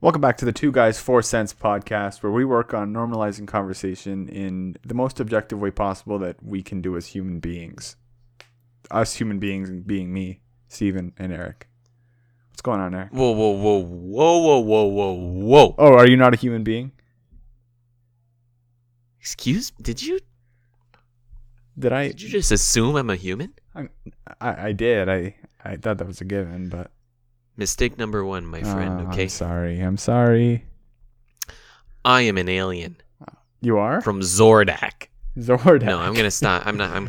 Welcome back to the Two Guys Four Cents podcast, where we work on normalizing conversation in the most objective way possible that we can do as human beings. Us human beings being me, Steven, and Eric. What's going on, Eric? Whoa, whoa, whoa, whoa, whoa, whoa, whoa, whoa. Oh, are you not a human being? Excuse? Did you Did I? did you just assume I'm a human? I, I did. I I thought that was a given, but Mistake number one, my Oh, friend. I'm Okay, sorry. I'm sorry. I am an alien You are from Zordak. Zordak. No, I'm gonna stop. I'm not. I'm.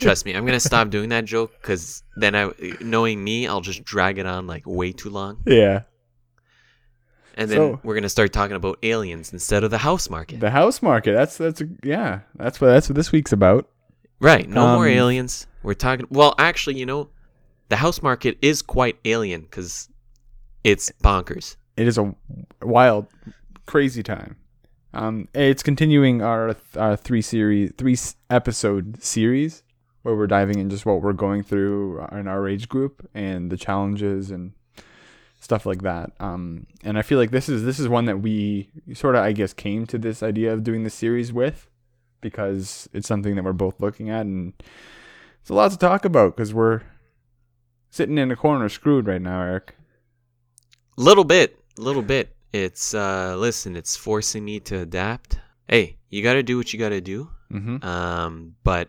Trust me, I'm gonna stop doing that joke because then I, knowing me, I'll just drag it on like way too long, yeah, and then So- we're gonna start talking about aliens instead of the house market. the house market. That's that's a, yeah. That's what that's what this week's about. right? No more Um, aliens. We're talking. Well, actually, you know, the house market is quite alien because it's bonkers. It is a wild, crazy time. Um, it's continuing our our three series, three s- episode series where we're diving in just what we're going through in our age group and the challenges and stuff like that. Um, and I feel like this is this is one that we sort of I guess came to this idea of doing this series with because it's something that we're both looking at and it's a lot to talk about because we're sitting in a corner screwed right now, Eric. Little bit, little bit. It's uh, listen. It's forcing me to adapt. Hey, you gotta do what you gotta do. Mm-hmm. Um, but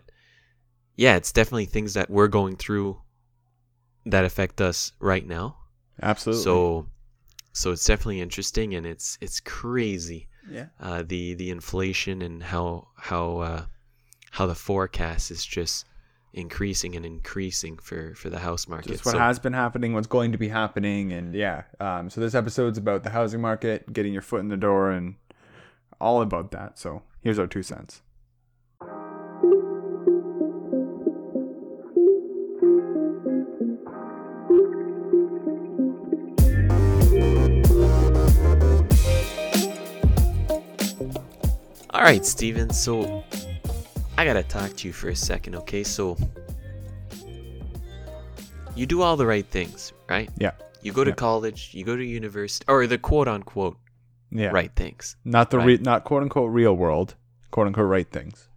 yeah, it's definitely things that we're going through that affect us right now. Absolutely. So, so it's definitely interesting and it's it's crazy. Yeah. Uh, the the inflation and how how uh, how the forecast is just increasing and increasing for for the house market. just what So- has been happening, what's going to be happening, and yeah. Um, so this episode's about the housing market, getting your foot in the door, and all about that. So here's our two cents. All right, Steven. So I gotta talk to you for a second, okay? So you do all the right things, right? Yeah. You go to Yeah. college, you go to university, or the quote unquote Yeah. right things. Not the Right. re- not quote unquote real world, quote unquote right things.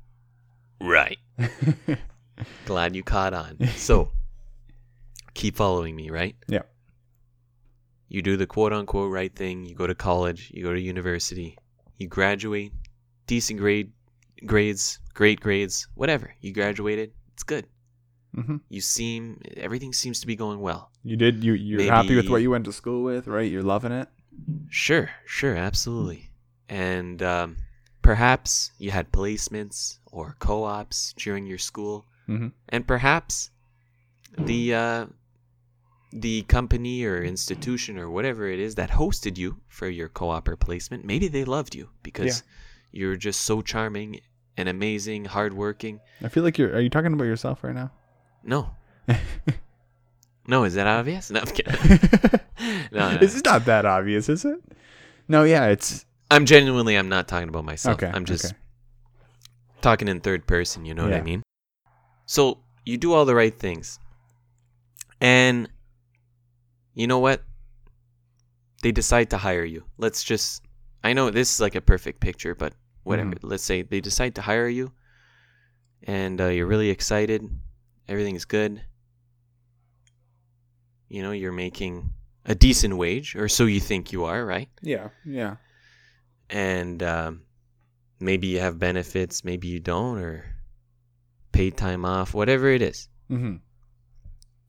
Mm-hmm. Right. Glad you caught on. So keep following me, right? yeah. You do the quote unquote right thing, you go to college, you go to university, you graduate, decent grade grades, great grades, whatever. You graduated, it's good. hmm you seem everything seems to be going well You did. You you're happy with Maybe- what you went to school with, right? You're loving it. sure sure absolutely and um, perhaps you had placements or co-ops during your school Mm-hmm. and perhaps the uh, the company or institution or whatever it is that hosted you for your co-op or placement maybe they loved you because you were just so charming and amazing hardworking I feel like you're. Are you talking about yourself right now? no no is that obvious no, I'm kidding. No, no, This is not that obvious, is it? No. Yeah. It's i'm genuinely i'm not talking about myself okay. i'm just okay. talking in third person, you know what Yeah. I mean? So you do all the right things. And you know what? They decide to hire you. Let's just I know this is like a perfect picture, but whatever. Mm-hmm. Let's say they decide to hire you and uh, you're really excited. Everything's good. You know, you're making a decent wage or so you think you are, right? Yeah. Yeah. and um, maybe you have benefits, maybe you don't, or paid time off, whatever it is. Mm-hmm.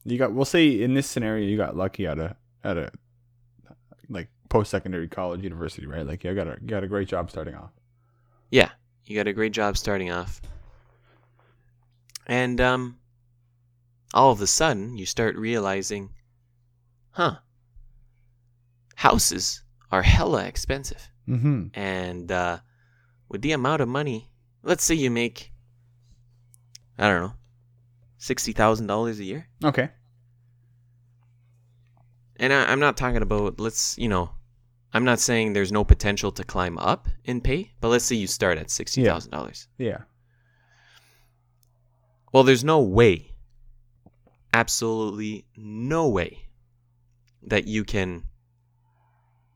You got. We'll say in this scenario, you got lucky at a at a like post secondary college university, right? Like you got a you got a great job starting off. Yeah, you got a great job starting off, and um, all of a sudden you start realizing, huh, houses are hella expensive. Mm-hmm. and uh, with the amount of money, let's say you make, I don't know, sixty thousand dollars a year. Okay. And I, I'm not talking about let's you know, I'm not saying there's no potential to climb up in pay, but let's say you start at sixty thousand dollars. Yeah. Well, there's no way, absolutely no way, that you can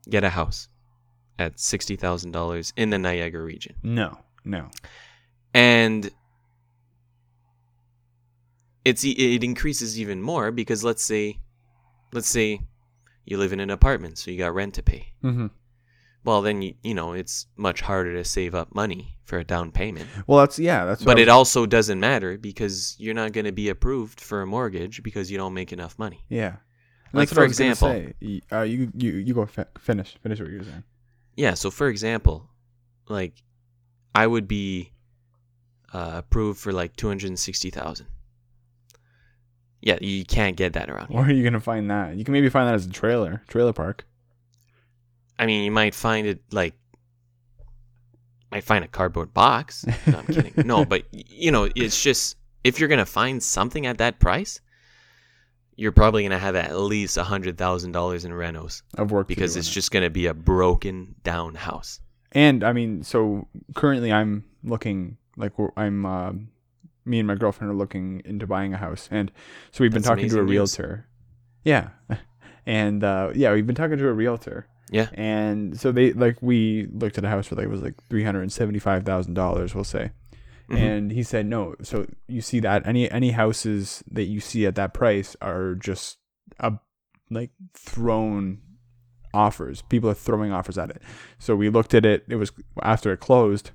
get a house at $60,000 in the Niagara region. No, no. And it's e- it increases even more because let's say let's say you live in an apartment, so you got rent to pay. Mm-hmm. Well, then you, you know, it's much harder to save up money for a down payment. Well, that's yeah. That's but I it was- also doesn't matter because you're not going to be approved for a mortgage because you don't make enough money. yeah. like, That's what for I was gonna example- say. Y- uh, you you you go fi- finish finish what you were saying. Yeah, so for example, like I would be uh, approved for like 260,000. Yeah, you can't get that around. here. Where are you gonna find that? You can maybe find that as a trailer, trailer park. I mean, you might find it like might find a cardboard box. No, I'm kidding. No, but y- you know, it's just if you're gonna find something at that price, you're probably gonna have at least a hundred thousand dollars in renos I've worked to because do it's on it. just gonna be a broken down house. and I mean, so currently I'm looking like we're- I'm uh, me and my girlfriend are looking into buying a house, and so we've been That's talking to a amazing news. realtor. Yeah, and uh, yeah, we've been talking to a realtor. Yeah. and so they like we looked at a house for like it was like three hundred and seventy five thousand dollars, we'll say. Mhm. And he said no. So you see that any any houses that you see at that price are just a like thrown offers. People are throwing offers at it. So we looked at it. It was after it closed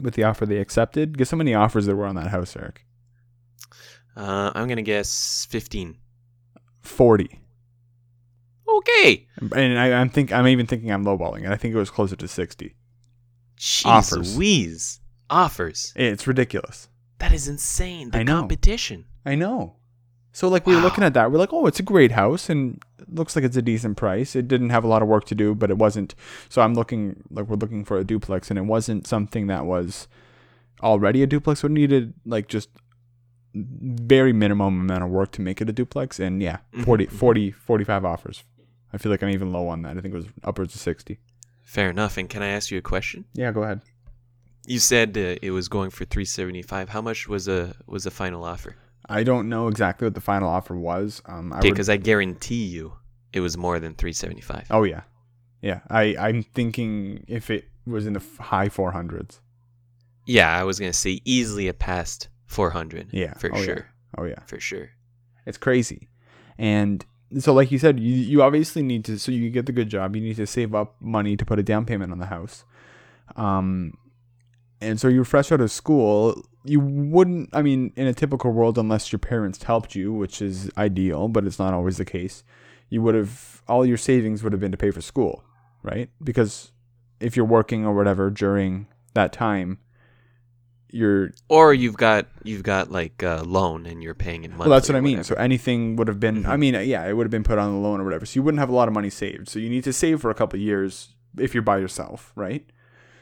with the offer they accepted. Guess how many offers there were on that house, Eric? Uh, I'm gonna guess fifteen. 40. Okay. And I, I'm think I'm even thinking I'm lowballing it. I think it was closer to 60. Jeez Offers. Louise. Offers. It's ridiculous. That is insane. The I know. competition. I know. So like we were Wow. looking at that, we're like, oh, it's a great house and it looks like it's a decent price. It didn't have a lot of work to do, but it wasn't. So I'm looking like we're looking for a duplex, and it wasn't something that was already a duplex. We needed like just very minimum amount of work to make it a duplex, and yeah, Mhm, 40, mhm. 40 45 offers. I feel like I'm even low on that. I think it was upwards of sixty. Fair enough. And can I ask you a question? Yeah, go ahead. You said uh, it was going for 375. How much was a was the final offer? I don't know exactly what the final offer was. Um, I would- Because I guarantee you, it was more than 375. Oh yeah, yeah. I I'm thinking if it was in the f- high four hundreds. Yeah, I was gonna say easily it passed 400. Yeah, for oh, yeah. sure, Oh yeah, for sure. it's crazy. And so, like you said, you you obviously need to. So you get the good job. You need to save up money to put a down payment on the house. Um, and so you're fresh out of school. You wouldn't. I mean, in a typical world, unless your parents helped you, which is ideal, but it's not always the case. You would have all your savings would have been to pay for school, right? Because if you're working or whatever during that time, you're Or you've got you've got like a loan and you're paying it monthly. Well, that's what or I mean. whatever. So anything would have been. I Mhm. mean, yeah, it would have been put on the loan or whatever. So you wouldn't have a lot of money saved. So you need to save for a couple of years if you're by yourself, right?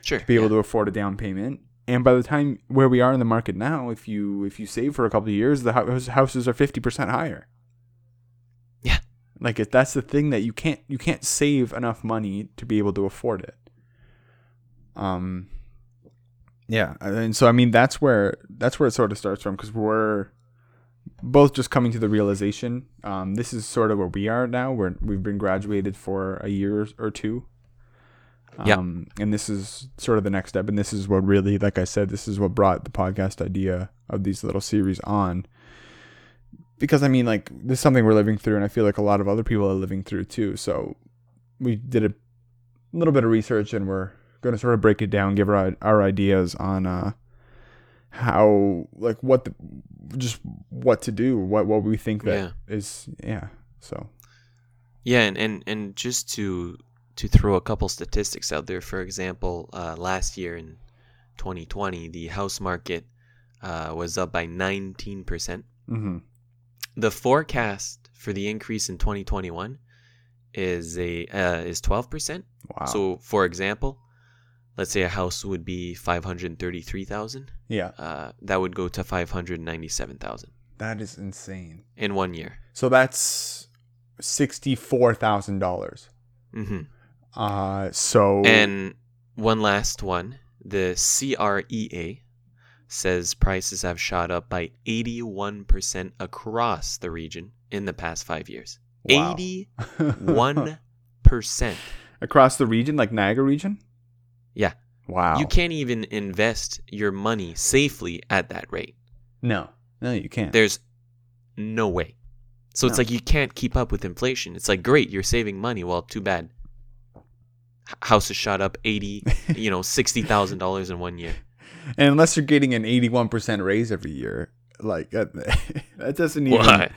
sure, Be able yeah. to afford a down payment. And by the time where we are in the market now, if you if you save for a couple of years, the hou- houses are fifty percent higher. Yeah. like if that's the thing that you can't you can't save enough money to be able to afford it. Um. Yeah, and so I mean that's where that's where it sort of starts from because we're both just coming to the realization um, this is sort of where we are now where we've been graduated for a year or two Yeah. um, and this is sort of the next step and this is what really like i said this is what brought the podcast idea of these little series on because i mean like this is something we're living through and i feel like a lot of other people are living through too so we did a little bit of research and we're going to sort of break it down give our, our ideas on uh, how like what the just what to do what what we think that is. yeah. so Yeah, and, and and just to to throw a couple statistics out there, for example, uh, last year in 2020, the house market uh, was up by 19 percent. mm-hmm. The forecast for the increase in 2021 is a uh, is 12 percent. wow So, for example, let's say a house would be 533,000, yeah uh, that would go to 597,000 that is insane in one year. so that's sixty four thousand dollars hmm uh so And one last one. The CREA says prices have shot up by 81% across the region in the past five years. Wow. 81%. across the region, like Niagara region. Yeah. Wow. You can't even invest your money safely at that rate. No, no, you can't. There's no way. So it's No. like you can't keep up with inflation. It's like great, you're saving money. Well, too bad. H- Houses shot up eighty, you know, sixty thousand dollars in one year. and unless you're getting an 81% raise every year, like that, that doesn't even. Why?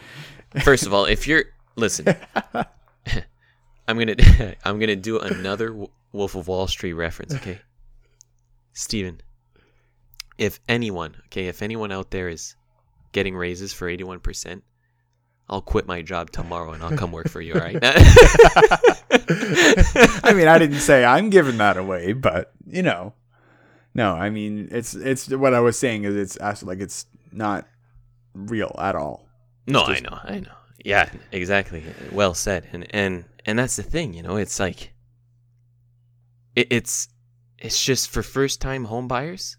First of all, if you're listen, I'm gonna I'm gonna do another W- Wolf of Wall Street reference, okay? Steven, if anyone, okay, if anyone out there is getting raises for 81%, I'll quit my job tomorrow and I'll come work for you, all right? I mean, I didn't say I'm giving that away, but you know, no, I mean, it's it's what I was saying is it's actually like it's not real at all. No, It's I know, I know. Yeah, exactly. Well said. And and and that's the thing, you know. It's like it, it's it's just for first time home buyers.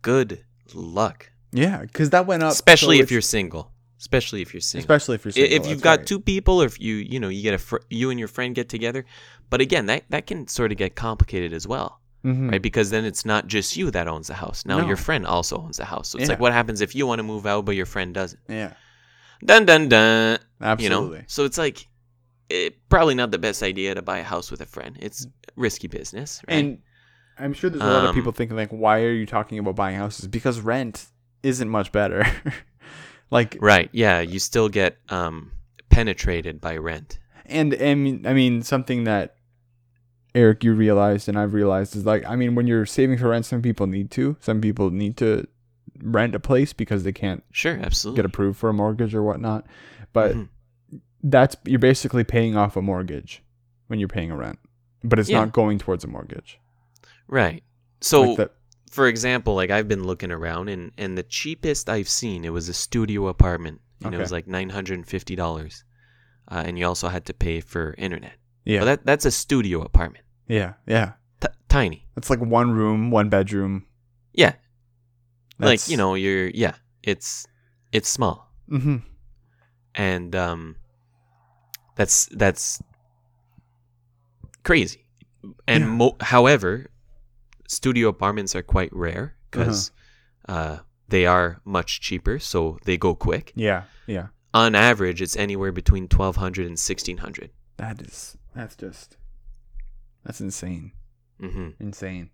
Good luck, Yeah, because that went up, especially so if you're it's- single. Especially if you're single. especially if you're single, if that's you've got right. two people, or if you you know you get a fr- you and your friend get together. But again, that that can sort of get complicated as well Mhm. right? Because then it's not just you that owns the house. Now No. your friend also owns the house. So it's Yeah. like, what happens if you want to move out but your friend doesn't? Yeah, Dun dun dun. You absolutely. know, so it's like it, probably not the best idea to buy a house with a friend. It's risky business, right? And I'm sure there's a lot of Um, people thinking like, why are you talking about buying houses? Because rent isn't much better. like, right? Yeah, you still get um, penetrated by rent. and I mean, I mean, something that Eric, you realized, and I've realized is like, I mean, when you're saving for rent, some people need to. Some people need to rent a place because they can't Sure, absolutely. get approved for a mortgage or whatnot. But Mhm. that's you're basically paying off a mortgage when you're paying a rent, but it's Yeah. not going towards a mortgage. right. So, like that, for example, like I've been looking around, and and the cheapest I've seen it was a studio apartment, and it Okay. was like nine hundred and fifty dollars, uh, and you also had to pay for internet. yeah, But that that's a studio apartment, yeah, yeah. T- tiny. That's like one room, one bedroom. Yeah, That's- like you know, you're yeah, it's it's small. Mm-hmm. and um, that's that's crazy. And Yeah. mo- however, studio apartments are quite rare Uh-huh. because uh they are much cheaper, so they go quick. Yeah, yeah. On average, it's anywhere between twelve hundred and sixteen hundred. That is that's just that's insane, Mm-hmm. insane.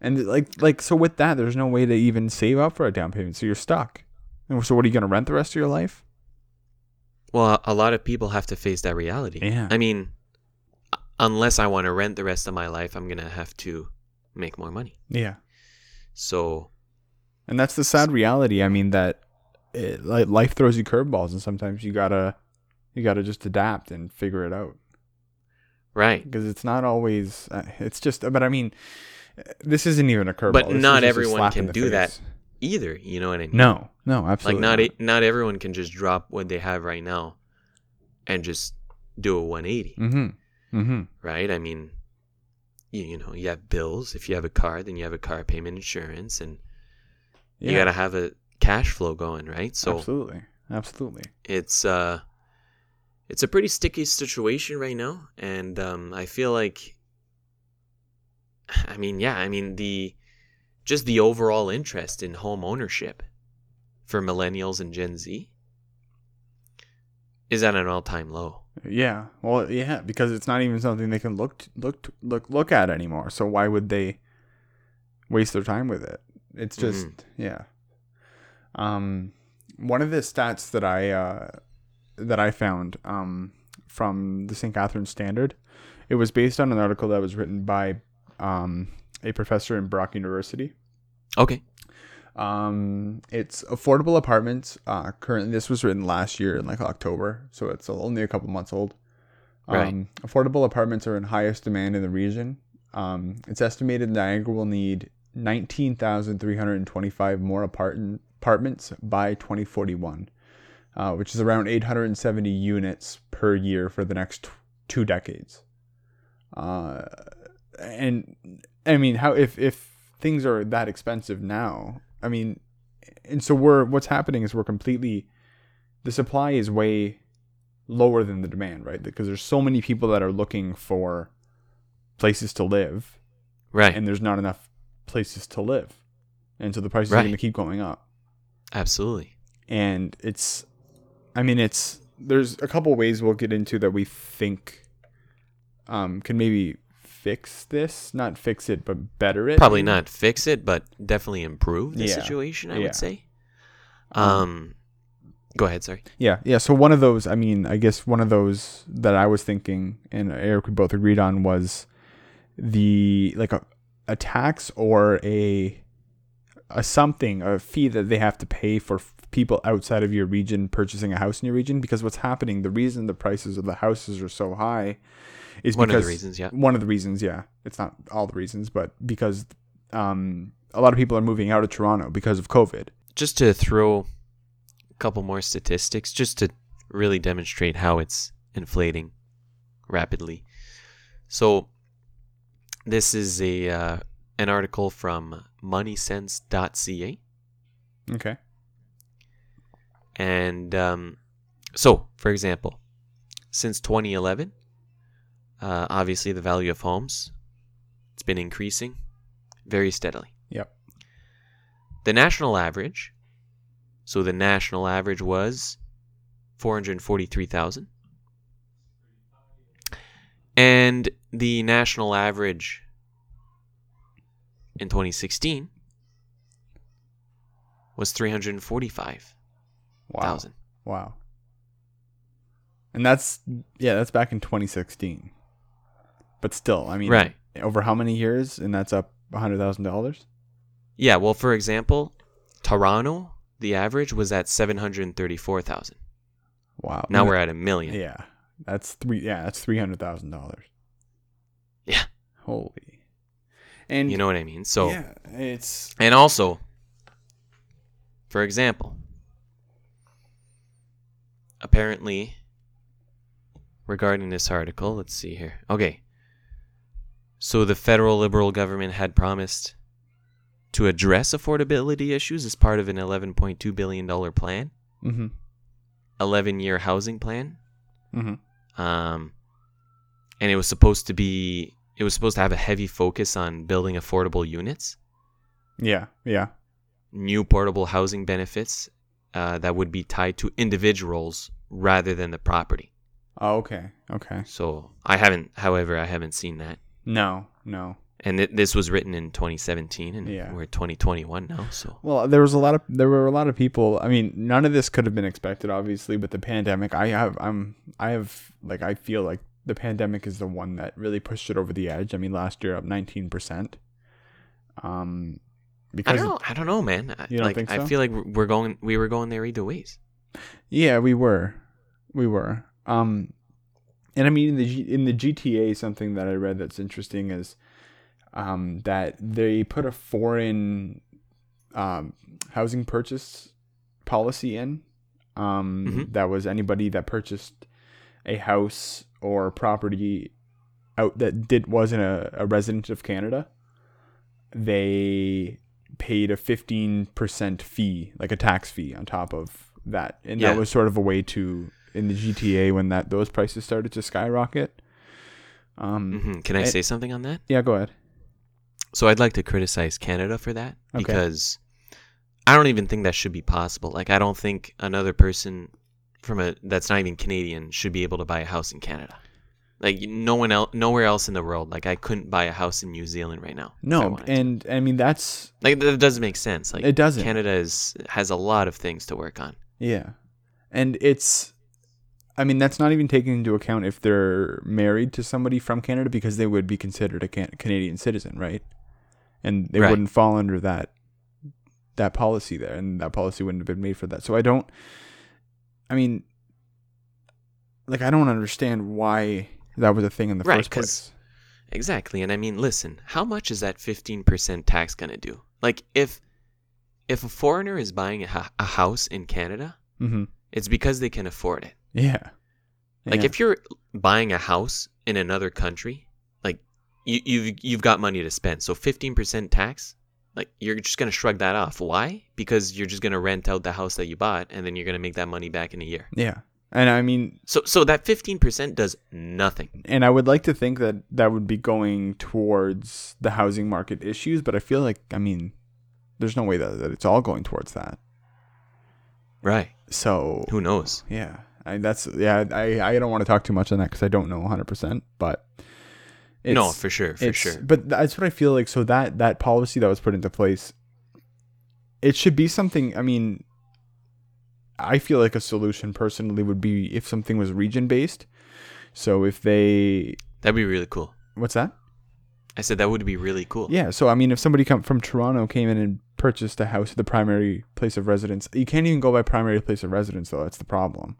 And like like so with that, there's no way to even save up for a down payment, so you're stuck. And so what are you gonna rent the rest of your life? Well, a lot of people have to face that reality. Yeah. I mean, unless I want to rent the rest of my life, I'm gonna have to make more money. Yeah, So and that's the sad reality. I mean that it, like life throws you curveballs, and sometimes you gotta you gotta just adapt and figure it out. right. because it's not always uh, it's just but i mean this isn't even a curveball But This is not just a everyone slap can in the do that. face. Either, you know what I mean? no no absolutely like not e- not everyone can just drop what they have right now and just do a 180 mm-hmm mm-hmm right i mean you, you know you have bills if you have a car then you have a car payment insurance and yeah, you got to have a cash flow going right so absolutely absolutely it's uh it's a pretty sticky situation right now and um i feel like i mean yeah i mean the just the overall interest in home ownership for millennials and gen z is at an all-time low yeah well yeah because it's not even something they can look t- look t- look look at anymore so why would they waste their time with it it's just yeah um one of the stats that i uh that i found um from the st catherine standard it was based on an article that was written by um a professor in brock university okay um, it's affordable apartments. Uh, currently, this was written last year in like October, so it's only a couple months old. Um, Right. Affordable apartments are in highest demand in the region. Um, it's estimated Niagara will need 19,325 more apart- apartments by 2041, uh, which is around 870 units per year for the next t- two decades. Uh, and I mean, how if if things are that expensive now? I mean, and so we're what's happening is we're completely the supply is way lower than the demand, right? Because there's so many people that are looking for places to live, Right. and there's not enough places to live, and so the prices are Right. going to keep going up. Absolutely. And it's, I mean, it's there's a couple ways we'll get into that we think, um, can maybe fix this, not fix it, but better it. Probably not fix it, but definitely improve the Yeah. situation, I Yeah. would say. Um, Um go ahead, sorry. Yeah, yeah. So one of those, I mean, I guess one of those that I was thinking, and Eric, we both agreed on, was the like a, a tax or a a something, a fee that they have to pay for f- people outside of your region purchasing a house in your region. Because what's happening, the reason the prices of the houses are so high is One of the because reasons, yeah. one of the reasons, yeah. It's not all the reasons, but because um, a lot of people are moving out of Toronto because of COVID. Just to throw a couple more statistics just to really demonstrate how it's inflating rapidly. So this is a uh, an article from moneysense.ca. Okay. And um, so, for example, since 2011, uh, obviously the value of homes it's been increasing very steadily. Yep. The national average, so the national average was 443,000. And the national average in 2016 was 345,000. Wow. Wow. And that's yeah, that's back in 2016. But still, I mean, Right. over how many years? And that's up hundred thousand dollars. Yeah, well, for example, Toronto, the average was at 734,000. Wow. Now And we're at a million. yeah, that's three. Yeah, that's three hundred thousand dollars. Yeah. Holy. And You know what I mean? So, yeah, it's and also, for example, apparently, regarding this article, let's see here. Okay. So the federal Liberal government had promised to address affordability issues as part of an $11.2 billion plan, mm-hmm, 11 year housing plan mm-hmm. um, and it was supposed to be it was supposed to have a heavy focus on building affordable units yeah, yeah, new portable housing benefits uh, that would be tied to individuals rather than the property oh, okay, okay. so i haven't however i haven't seen that No, no. and th- this was written in 2017 and Yeah. we're 2021 now so Well, there was a lot of there were a lot of people. I mean, none of this could have been expected, obviously, but the pandemic. I have I'm I have like I feel like the pandemic is the one that really pushed it over the edge. I mean, last year up nineteen percent. Um, i because don't know i don't know man I, You don't like think i so? feel like we're going we were going there either ways yeah, we were, we were. Um, and I mean in the G- in the GTA, something that I read that's interesting is, um, that they put a foreign, um, housing purchase policy in um, Mhm. that was anybody that purchased a house or property out that did wasn't a, a resident of Canada, they paid a fifteen percent fee, like a tax fee on top of that, and Yeah. that was sort of a way to in the GTA when that those prices started to skyrocket. Um, hmm can i I- say something on that yeah, go ahead. So I'd like to criticize Canada for that Okay. because I don't even think that should be possible. Like I don't think another person from a that's not even Canadian should be able to buy a house in Canada. Like no one else, nowhere else in the world. Like I couldn't buy a house in New Zealand right now. if I No, wanted to. and I mean that's like that doesn't make sense. Like It doesn't. Canada is has a lot of things to work on. yeah, and it's. I mean that's not even taking into account if they're married to somebody from Canada because they would be considered a can- Canadian citizen, right? And they Right. wouldn't fall under that that policy there, and that policy wouldn't have been made for that. So I don't. I mean, like I don't understand why that was a thing in the Right, first 'cause- place. Exactly. And I mean, listen, how much is that 15% tax going to do? Like if if a foreigner is buying a, ho- a house in Canada, Mm-hmm. it's because they can afford it. Yeah. Like Yeah. if you're buying a house in another country, like you, you've you've got money to spend. So fifteen percent tax, like you're just gonna shrug that off. Why? Because you're just gonna rent out the house that you bought, and then you're gonna make that money back in a year. Yeah. And I mean, So so that 15% does nothing. and I would like to think that that would be going towards the housing market issues, but I feel like, I mean, there's no way that, that it's all going towards that. Right. So, Who knows? yeah, I, that's, yeah, I, I don't want to talk too much on that because I don't know 100%, but no, for sure, for it's- sure. But that's what I feel like. So that that policy that was put into place, it should be something. I mean, I feel like a solution personally would be if something was region based. So if they, That'd be really cool. what's that? I said that would be really cool. Yeah. So I mean, if somebody come from Toronto came in and purchased a house at the primary place of residence, you can't even go by primary place of residence though. That's the problem.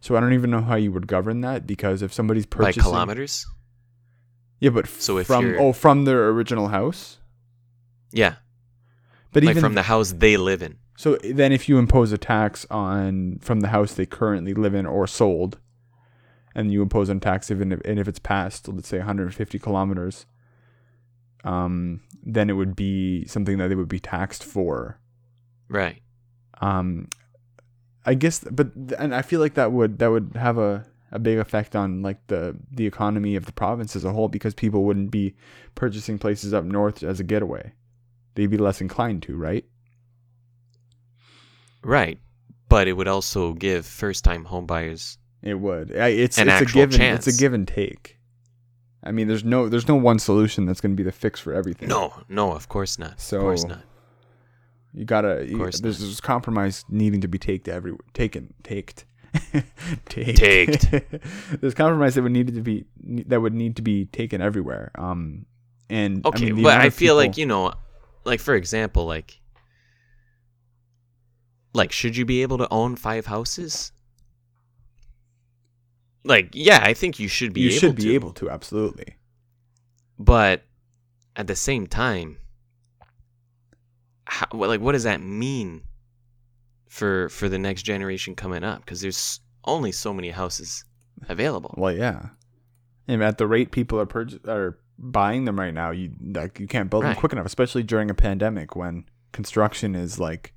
So I don't even know how you would govern that because if somebody's By purchasing kilometers? yeah, but So if from you're- oh from their original house, Yeah. but like even from the house they live in. So then, if you impose a tax on from the house they currently live in or sold, and you impose on tax even if, and if it's past, let's say 150 kilometers, um, then it would be something that they would be taxed for. Right. Um, I guess, but and I feel like that would that would have a a big effect on like the the economy of the province as a whole because people wouldn't be purchasing places up north as a getaway. They'd be less inclined to, right? Right. But it would also give first time home buyers It would. I- It's An it's a actual given. It's chance. a give and take. I mean, there's no there's no one solution that's going to be the fix for everything. No, no, of course not. So- of course not. you gotta. You, course there's not. there's compromise needing to be taken every taken taked. Taked. there's compromise that would need to be that would need to be taken everywhere. Um, and I Okay, mean, the but amount I of feel like people- you know, like for example, like, like should you be able to own five houses? Like, yeah, I think you should be. you able should be to, able to absolutely. But at the same time, how, well, like, what does that mean for for the next generation coming up? Because there's only so many houses available. Well, yeah. And at the rate people are purch- are buying them right now, you like you can't build Right. them quick enough, especially during a pandemic when construction is like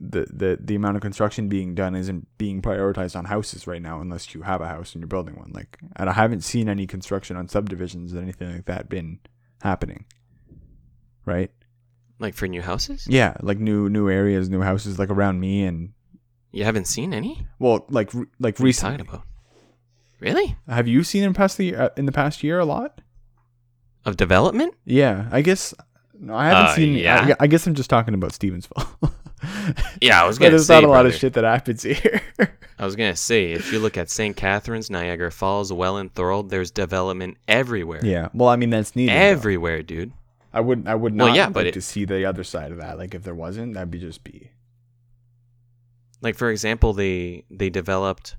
the the the amount of construction being done isn't being prioritized on houses right now unless you have a house and you're building one. Like and I haven't seen any construction on subdivisions and anything like that been happening. Right? Like for new houses, Yeah, like new new areas, new houses like around me and you haven't seen any. well, like re- like What are you talking recently. about? Really? Have you seen in past the uh, in the past year a lot? Of development? Yeah, I guess. No, I haven't Uh, seen. yeah. I, I guess I'm just talking about Stevensville. Yeah, I was But gonna there's say. not a lot of brother. shit that happens here. I was gonna say, if you look at St. Catharines, Niagara Falls, Welland, Thorold, there's development everywhere. yeah. Well, I mean that's needed. though. everywhere, dude. I wouldn't. I would not Well, yeah, like but it- to see the other side of that. Like if there wasn't, that'd be just be. Like for example, they they developed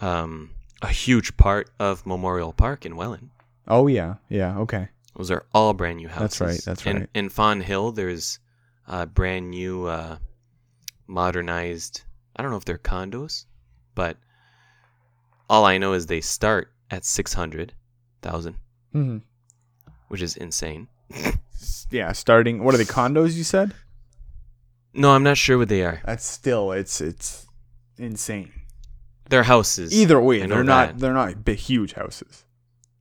um, a huge part of Memorial Park in Welland. Oh yeah, yeah. Okay. Those are all brand new houses. That's right, that's In, right. in Fawn Hill, there's uh, brand new, uh, modernized. I don't know if they're condos, but all I know is they start at six hundred thousand, hmm which is insane. Yeah. Starting. What are the condos you said? No, I'm not sure what they are. That's still. It's it's insane. They're houses. Either I way, know they're not. that. They're not big, huge houses.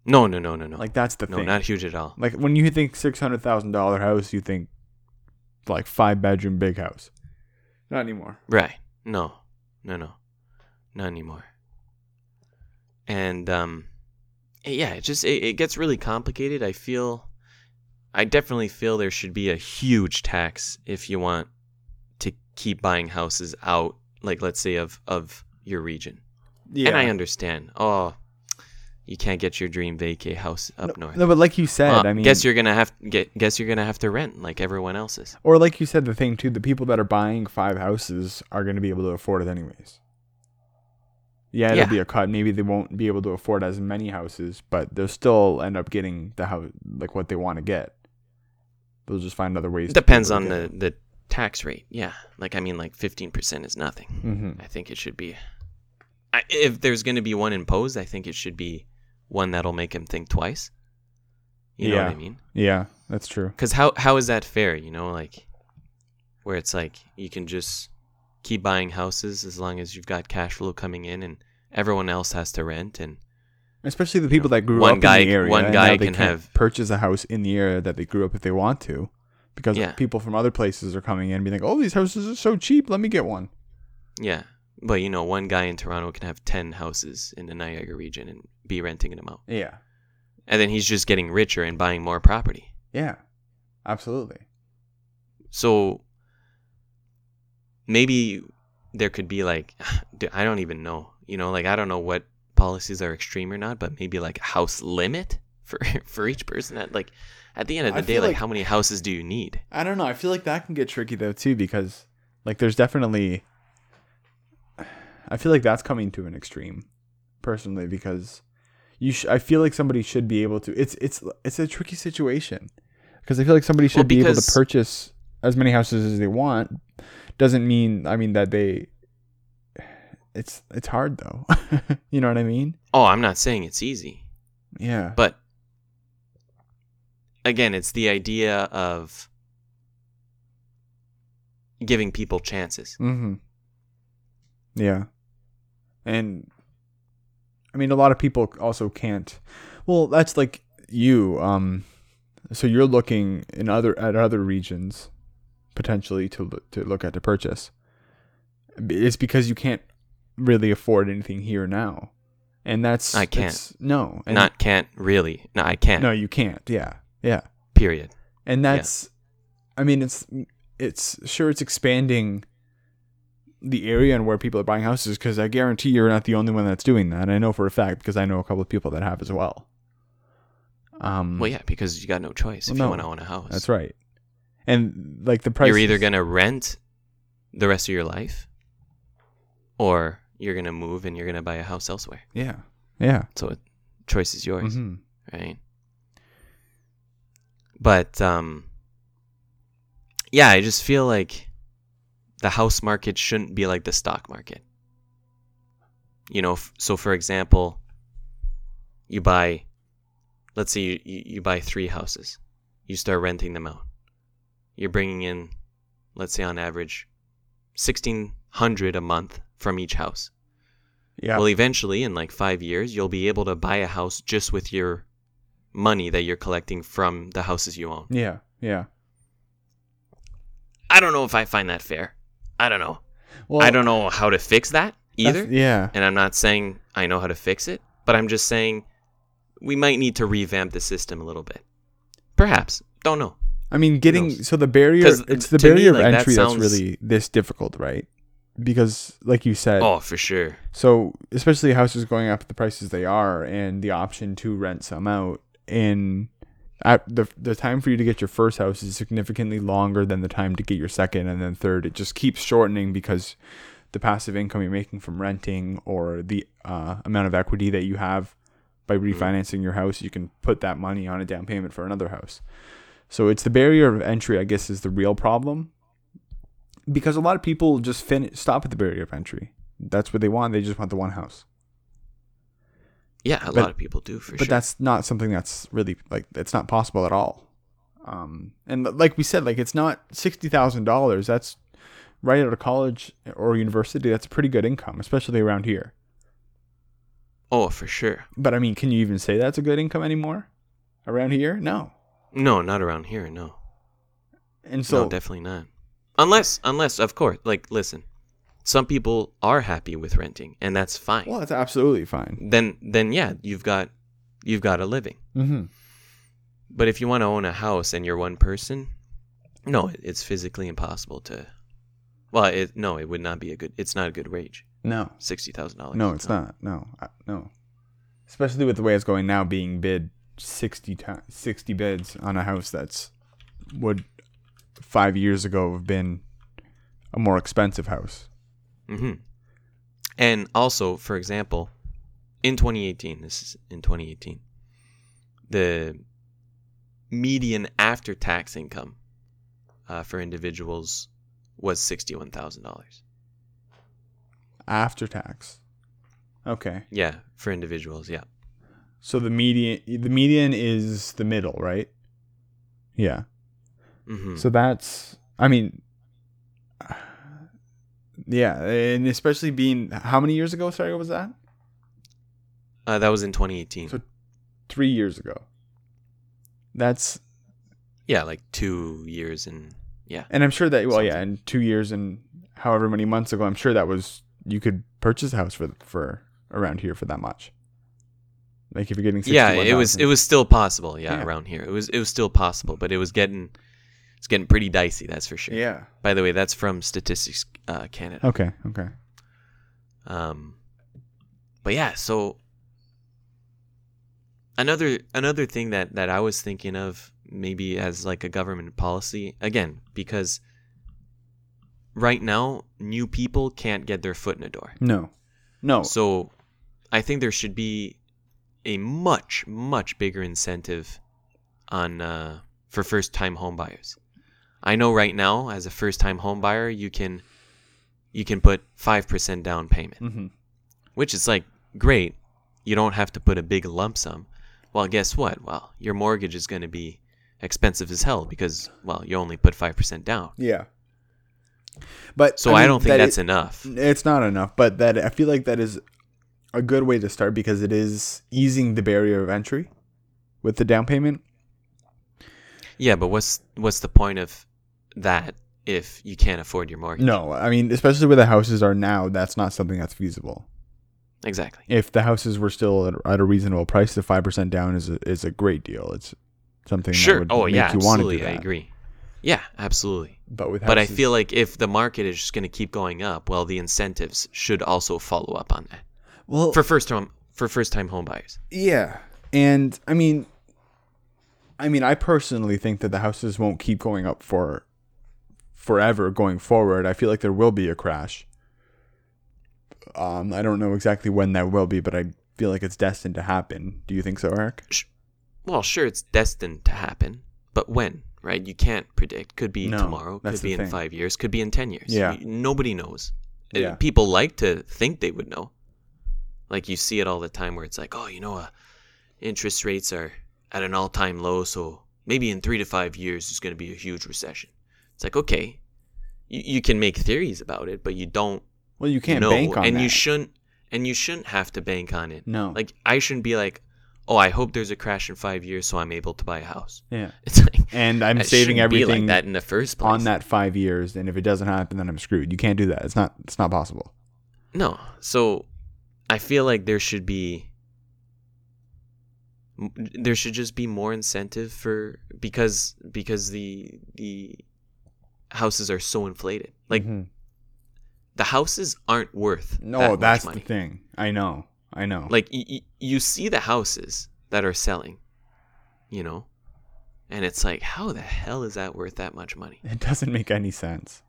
No, no, no, no, no. Like that's the no, thing. not huge at all. like when you think six hundred thousand dollar house, you think like five bedroom big house. Not anymore. Right. No. No, no. Not anymore. And um eh, yeah, it just it, it gets really complicated. I feel I definitely feel there should be a huge tax if you want to keep buying houses out like let's say of of your region. Yeah. And I understand. Oh, you can't get your dream vacay house up north. No, but like you said, Well, I mean, guess you're gonna have get, guess you're gonna have to rent like everyone else's. or like you said, the thing too, the people that are buying five houses are going to be able to afford it anyways. Yeah, it'll Yeah. be a cut. Maybe they won't be able to afford as many houses, but they'll still end up getting the house like what they want to get. They'll just find other ways. It depends on the, the tax rate. Yeah. Like, I mean, like 15% is nothing. hmm I think it should be. I, if there's going to be one imposed, I think it should be one that'll make him think twice. You know what Yeah. I mean? Yeah, that's true. Because how, how is that fair? You know, like, where it's like you can just keep buying houses as long as you've got cash flow coming in and everyone else has to rent and Especially the people that grew one up guy- in the area. one and guy now they can can't have- purchase a house in the area that they grew up if they want to, because Yeah. people from other places are coming in and being like, "Oh, these houses are so cheap. Let me get one." yeah. But you know, one guy in Toronto can have 10 houses in the Niagara region and be renting them out. Yeah, And then he's just getting richer and buying more property. yeah, absolutely. So maybe there could be like dude, I don't even know. You know, like I don't know what policies are extreme or not, but maybe like a house limit for for each person at like at the end of the I day feel like like- how many houses do you need? I don't know. I feel like that can get tricky though too, because like there's definitely. I feel like that's coming to an extreme, personally, because you. Sh- I feel like somebody should be able to. It's it's it's a tricky situation, because I feel like somebody should Well, be able to because- purchase as many houses as they want. Doesn't mean I mean that they. It's it's hard though, you know what I mean? Oh, I'm not saying it's easy. Yeah. But again, it's the idea of giving people chances. Mm-hmm. Yeah. And I mean a lot of people also can't well, that's like you, um so you're looking in other at other regions potentially to lo- to look at to purchase. It's because you can't really afford anything here now. And that's I can't. it's- No. And not can't really. No, I can't. No, you can't. Yeah. Yeah Period. and that's i mean it's it's sure it's expanding the area and where people are buying houses because i guarantee you're not the only one that's doing that i know for a fact because i know a couple of people that have as well um Well, yeah, because you got no choice Well, if you no. want to own a house. that's right and like the price You're either gonna rent the rest of your life, or you're gonna move and you're gonna buy a house elsewhere. yeah yeah So it, choice is yours, hmm right? But um, yeah, I just feel like the house market shouldn't be like the stock market. You know, f- so for example, you buy, let's say you, you, you buy three houses, you start renting them out. You're bringing in, let's say on average, 1600 a month from each house. yeah Well, eventually, in like five years, you'll be able to buy a house just with your money that you're collecting from the houses you own. yeah yeah I don't know if I find that fair. I don't know. well I don't know how to fix that that's- either. yeah And I'm not saying I know how to fix it, but I'm just saying we might need to revamp the system a little bit. Perhaps. Don't know. I mean, getting knows? so the barrier 'Cause it's the to me, barrier like, of that entry sounds- that's really this difficult, right? Because, like you said, Oh, for sure. So, especially houses going up the prices they are, and the option to rent some out in at the the time for you to get your first house is significantly longer than the time to get your second and then third. It just keeps shortening because the passive income you're making from renting or the uh, amount of equity that you have by refinancing your house, you can put that money on a down payment for another house. So it's the barrier of entry, I guess, is the real problem because a lot of people just fin- stop at the barrier of entry. That's what they want. They just want the one house. Yeah, a But- lot of people do for but sure. that's not something that's really like that's not possible at all. Um, and li- like we said, like it's not sixty thousand dollars. That's right out of college or university. That's a pretty good income, especially around here. oh, for sure. But I mean, can you even say that's a good income anymore around here? No. No, not around here. No. And so no, definitely not. Unless, unless, of course, like, listen, some people are happy with renting, and that's fine. well, that's absolutely fine. Then, then, yeah, you've got, you've got a living. Mm-hmm. But if you want to own a house and you're one person, no, it- it's physically impossible to. Well, it, no, it would not be a good. It's not a good wage. No. Sixty thousand dollars. No, it's not. No, I, no. Especially with the way it's going now, being bid 60, ti 60 bids on a house that's would five years ago have been a more expensive house. hmm And also, for example, in 2018, this is in 2018, the median after-tax income uh, for individuals was sixty-one thousand dollars. After tax. Okay, Yeah, for individuals. Yeah. so the median the median is the middle, right? Yeah. hmm So that's I mean Yeah, and especially being how many years ago? Sorry, what was that? Uh, that was in 2018. So- Three years ago. That's yeah, like two years and yeah. and I'm sure that well, yeah, Something. in two years and however many months ago, I'm sure that was you could purchase a house for for around here for that much. Like if you're getting yeah it was $61,000. it was still possible yeah, Yeah. around here it was it was still possible but it was getting it's getting pretty dicey that's for sure yeah by the way that's from statistics uh, canada okay okay um but yeah so another another thing that that i was thinking of maybe as like a government policy again because right now new people can't get their foot in the door no no so I think there should be a much, much bigger incentive on uh, for first time home buyers. I know right now as a first time home buyer you can you can put five percent down payment, mm-hmm. which is like great. You don't have to put a big lump sum. Well guess what? Well, your mortgage is gonna be expensive as hell because well, you only put five percent down. yeah but So I, mean, don't think that that's it- Mm. enough. it's not enough but that i feel like that is a good way to start because it is easing the barrier of entry with the down payment Yeah, but what's what's the point of that if you can't afford your mortgage? no i mean especially where the houses are now that's not something that's feasible Exactly. if the houses were still at, at a reasonable price the 5% down is a, is a great deal it's something that Sure. would Oh make yeah, you want to do absolutely. I that agree. Yeah, absolutely. but with But I houses- feel like if the market is just going to keep going up, well, the incentives should also follow up on that well for first time for first time home buyers. Yeah. And I mean I mean I personally think that the houses won't keep going up for forever going forward. I feel like there will be a crash. Um I don't know exactly when that will be, but I feel like it's destined to happen. Do you think so, Eric? Well, sure, it's destined to happen, but when? Right? You can't predict. Could be No, tomorrow. that's Could be the in thing. five years. Could be in ten years. Yeah. You- nobody knows. And Yeah. People like to think they would know. Like you see it all the time, where it's like, oh, you know, uh, interest rates are at an all-time low, so maybe in three to five years there's going to be a huge recession. It's like, okay, you, you can make theories about it, but you don't Well, you can't know, bank on and that. you shouldn't, and you shouldn't have to bank on it. no. Like I shouldn't be like, oh, I hope there's a crash in five years so I'm able to buy a house. yeah. It's like And I'm that saving shouldn't be everything like that in the first place. on that 5 years and if it doesn't happen then I'm screwed. You can't do that. It's not it's not possible. No, so I feel like there should be m- there should just be more incentive for because because the the houses are so inflated. Like Mhm. the houses aren't worth no, that much that's the money. thing. I know. I know. like y- y- you see the houses that are selling you know and it's like how the hell is that worth that much money It doesn't make any sense.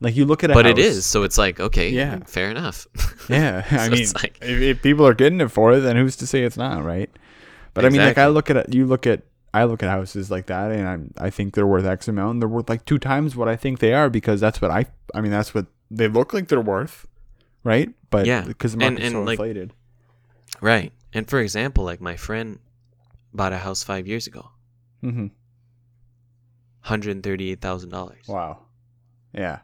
Like you look at a but it house- is so it's like okay Yeah. fair enough Yeah, I So mean, it's like- if, if people are getting it for it, then who's to say it's not right? But I mean, like I Exactly. look at you look at I look at houses like that, and I'm I think they're worth X amount. And they're worth like two times what I think they are because that's what I I mean that's what they look like they're worth, right? But Yeah. because the And- market's and, so like- inflated. right and for example like my friend bought a house five years ago hmm $138000 Wow. Yeah.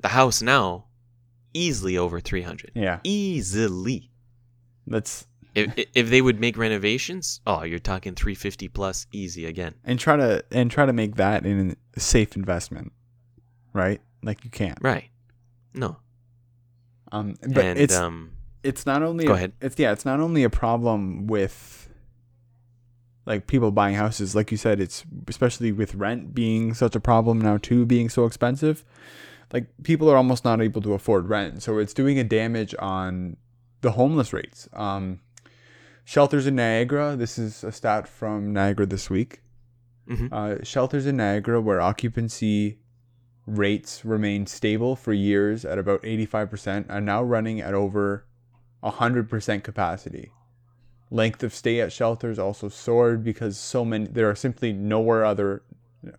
the house now easily over 300 Yeah. easily That's if, if- if they would make renovations oh you're talking 350 plus easy again and try to and try to make that in a safe investment, right? Like you can't. right no Um, but and it's um it's not only Go a- ahead. It's yeah, it's not only a problem with like people buying houses, like you said, it's especially with rent being such a problem now too, being so expensive. Like people are almost not able to afford rent, so it's doing a damage on the homeless rates. Um, shelters in Niagara. This is a stat from Niagara this week. mhm. Uh, shelters in Niagara, where occupancy rates remained stable for years at about 85%, are now running at over 100% capacity. Length of stay at shelters also soared because so many, there are simply nowhere other.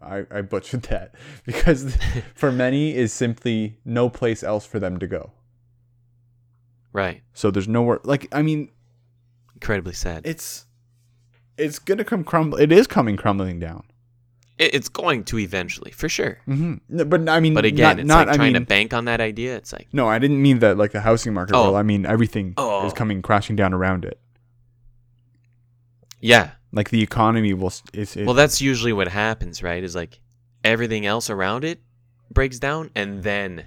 I, I butchered that because for many is simply no place else for them to go. right So there's nowhere like I mean incredibly sad it's it's gonna come crumble. It is coming crumbling down. It, it's going to eventually, for sure. Mm-hmm. No, but I mean, But again, not, it's not like I trying mean, to bank on that idea. It's like, No, I didn't mean that like the housing market. Oh. Oh. I mean everything Oh. is coming crashing down around it. yeah. Like the economy will s- is it, Well, that's usually what happens, right? Is like everything else around it breaks down, and then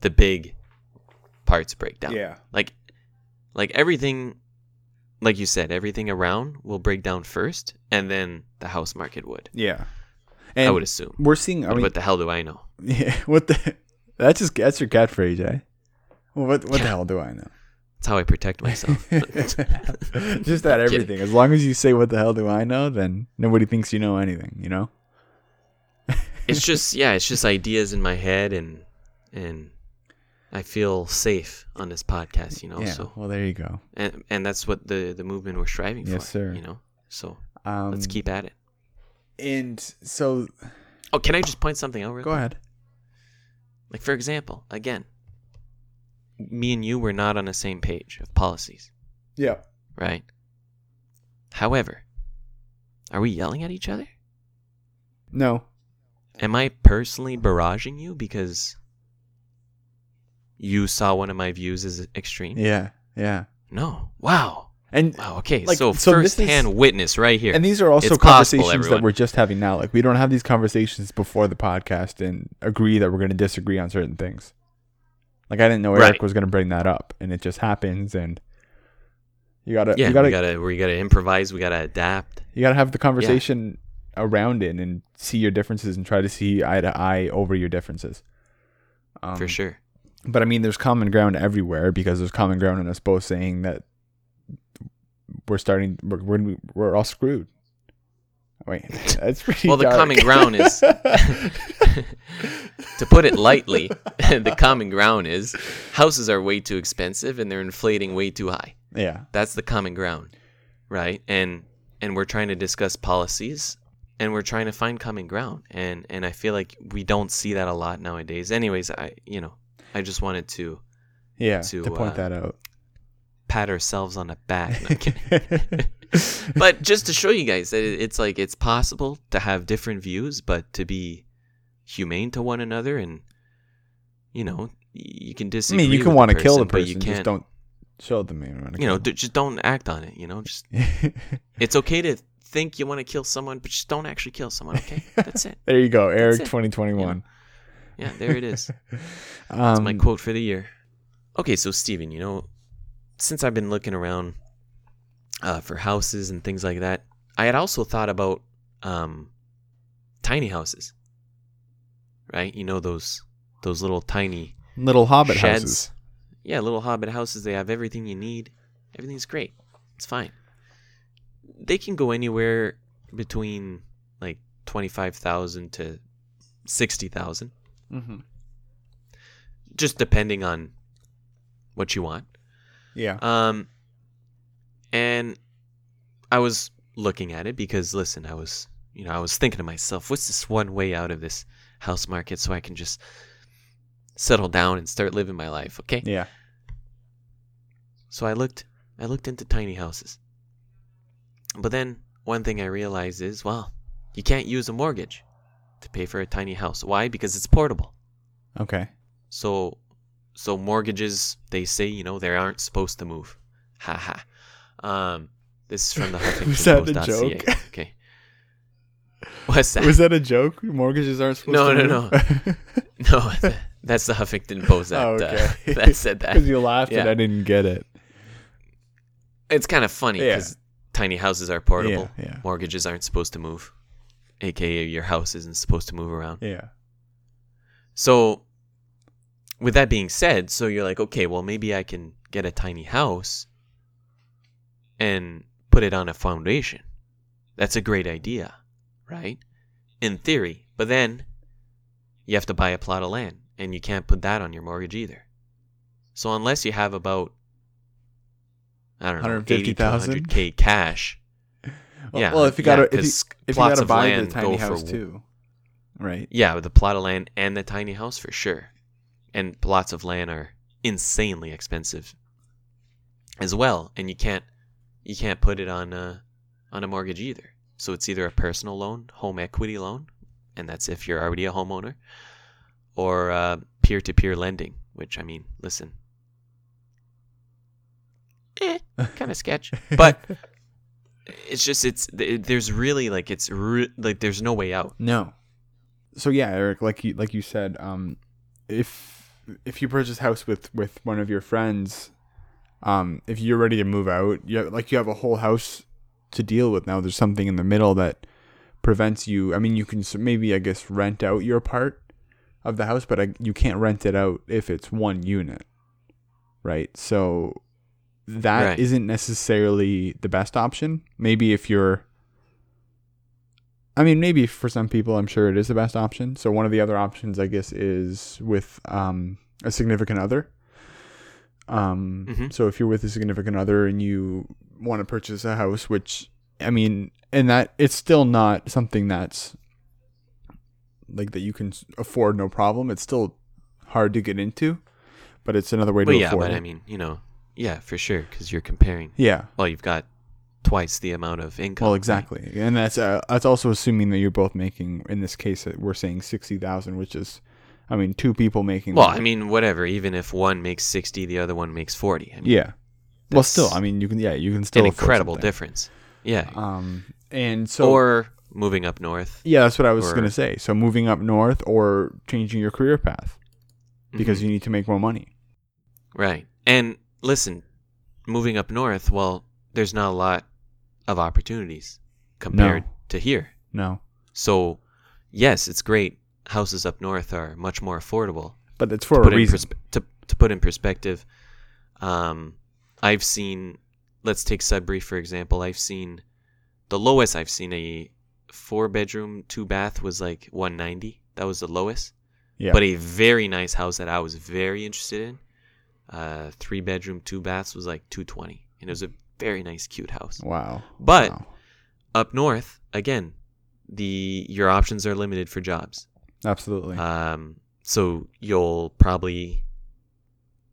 the big parts break down. yeah. Like, like everything, like you said, everything around will break down first, and then the house market would. Yeah. And I would assume. we're seeing I But mean what the hell do I know? yeah, what the That's just that's your catchphrase, eh? Well, what what the Yeah. hell do I know? That's how I protect myself. just that everything. As long as you say what the hell do I know, then nobody thinks you know anything, you know? it's just yeah, it's just ideas in my head, and and I feel safe on this podcast, you know. yeah. So Well, there you go. and and that's what the the movement we're striving Yes, for. sir. You know. So Um let's keep at it. and so Oh, can I just point something out? Real go quick? ahead. Like for example, again, me and you were not on the same page of policies, Yeah. right? However, are we yelling at each other? No. Am I personally barraging you because you saw one of my views as extreme? Yeah. Yeah. No. Wow. And Wow. Okay. Like, so, so this is- first-hand witness right here. And these are also It's possible, conversations that everyone. we're just having now. Like we don't have these conversations before the podcast and agree that we're going to disagree on certain things. Like I didn't know Eric Right. was going to bring that up, and it just happens. And you gotta, yeah, you gotta, we gotta we gotta improvise. We gotta adapt. you gotta have the conversation around it and see your differences and try to see eye to eye over your differences. Um, for sure. But I mean, there's common ground everywhere because there's common ground in us both saying that we're starting, we're we're, we're all screwed. Wait, that's pretty. Well, the dark. common ground is, to put it lightly, the common ground is houses are way too expensive and they're inflating way too high. yeah, That's the common ground, right? And and we're trying to discuss policies and we're trying to find common ground. And and I feel like we don't see that a lot nowadays. Anyways, I you know I just wanted to yeah. To, to, point uh, that out. pat ourselves on the back. No, I'm kidding. but just to show you guys that it- it's like it's possible to have different views but to be humane to one another and you know y- you can I disagree mean, you can want to kill the but person, you just can't don't show them. You want to you know d- just don't act on it you know just it's okay to think you want to kill someone but just don't actually kill someone okay that's it there you go, Eric, it. twenty twenty one. yeah there it is Um, my quote for the year. Mm. Okay, so Steven, you know, since I've been looking around uh, for houses and things like that, I had also thought about um, tiny houses. Right? You know those those little tiny, little hobbit sheds. houses. yeah, little hobbit houses. They have everything you need. Everything's great. It's fine. They can go anywhere between like 25,000 to 60,000. Mm-hmm. just depending on what you want. Yeah, Um, and I was looking at it because, listen, I was, you know, I was thinking to myself, what's this one way out of this house market so I can just settle down and start living my life, okay? yeah. So I looked, I looked into tiny houses. But then one thing I realized is, well, you can't use a mortgage to pay for a tiny house. Why? Because it's portable. Okay. So, so mortgages, they say, you know, they aren't supposed to move. Ha ha. Um, this is from the Was that a HuffingtonPost.ca. joke? Okay. What's that? Was that a joke? Mortgages aren't supposed No, to. no, no. no, th- that's the Huffington Post that, Oh, okay. uh, that said Because that. you laughed and Yeah. I didn't get it. It's kind of funny Yeah. because tiny houses are portable. Yeah, yeah. Mortgages aren't supposed to move, aka your house isn't supposed to move around. Yeah. So, with that being said, so you're like, okay, well, maybe I can get a tiny house and put it on a foundation. That's a great idea, right? In theory. But then you have to buy a plot of land, and you can't put that on your mortgage either. So, unless you have about, I don't know, 80 to 150,000? 100K cash. Well, yeah. well, if you yeah, got to if you, 'cause if you plots got to of buy the land tiny go for house w- too, right? yeah, the plot of land and the tiny house for sure. And plots of land are insanely expensive as well, and you can't you can't put it uh, on a on a mortgage either. So it's either a personal loan, home equity loan, and that's if you're already a homeowner, or uh, peer-to-peer lending, which I mean, listen, eh, kind of sketch, but it's just it's th- there's really like it's re- like there's no way out. No. So yeah, Eric, like you like you said, um, if if you purchase house with with one of your friends, um, if you're ready to move out, you have, like you have a whole house to deal with now. There's something in the middle that prevents you. I mean, you can s- maybe I guess rent out your part of the house, but I, you can't rent it out if it's one unit, right? So that Right. not necessarily the best option. Maybe if you're I mean, maybe for some people, I'm sure it is the best option. So one of the other options, I guess, is with um, a significant other. Um, Mhm. So if you're with a significant other and you want to purchase a house, which I mean, and that it's still not something that's like that you can s- afford no problem. It's still hard to get into, but it's another way to Well, yeah, afford but it. I mean, you know, yeah, for sure, because you're comparing. yeah. Well, you've got twice the amount of income. Well, right? exactly, and that's uh, that's also assuming that you're both making. In this case, uh, we're saying sixty thousand, which is, I mean, two people making. Well, that. I mean, whatever. Even if one makes sixty, the other one makes forty. I mean, yeah. Well, that's still, I mean, you can yeah, you can still an afford incredible something. difference. Yeah. Um, and so or moving up north yeah, that's what I was or- gonna say. So moving up north or changing your career path because Mm-hmm. you need to make more money. Right. And listen, moving up north, well, there's not a lot of opportunities compared to here. No, So, yes, it's great. Houses up north are much more affordable. but it's for Put a in reason. perspe- to, to put in perspective, um, I've seen, let's take Sudbury for example. I've seen the lowest I've seen a four bedroom, two bath was like 190. That was the lowest yeah, but a very nice house that I was very interested in. Uh, three bedroom, two baths was like 220, and it was a very nice, cute house. wow. But Wow. up north, again, the your options are limited for jobs. absolutely, Um, so you'll probably,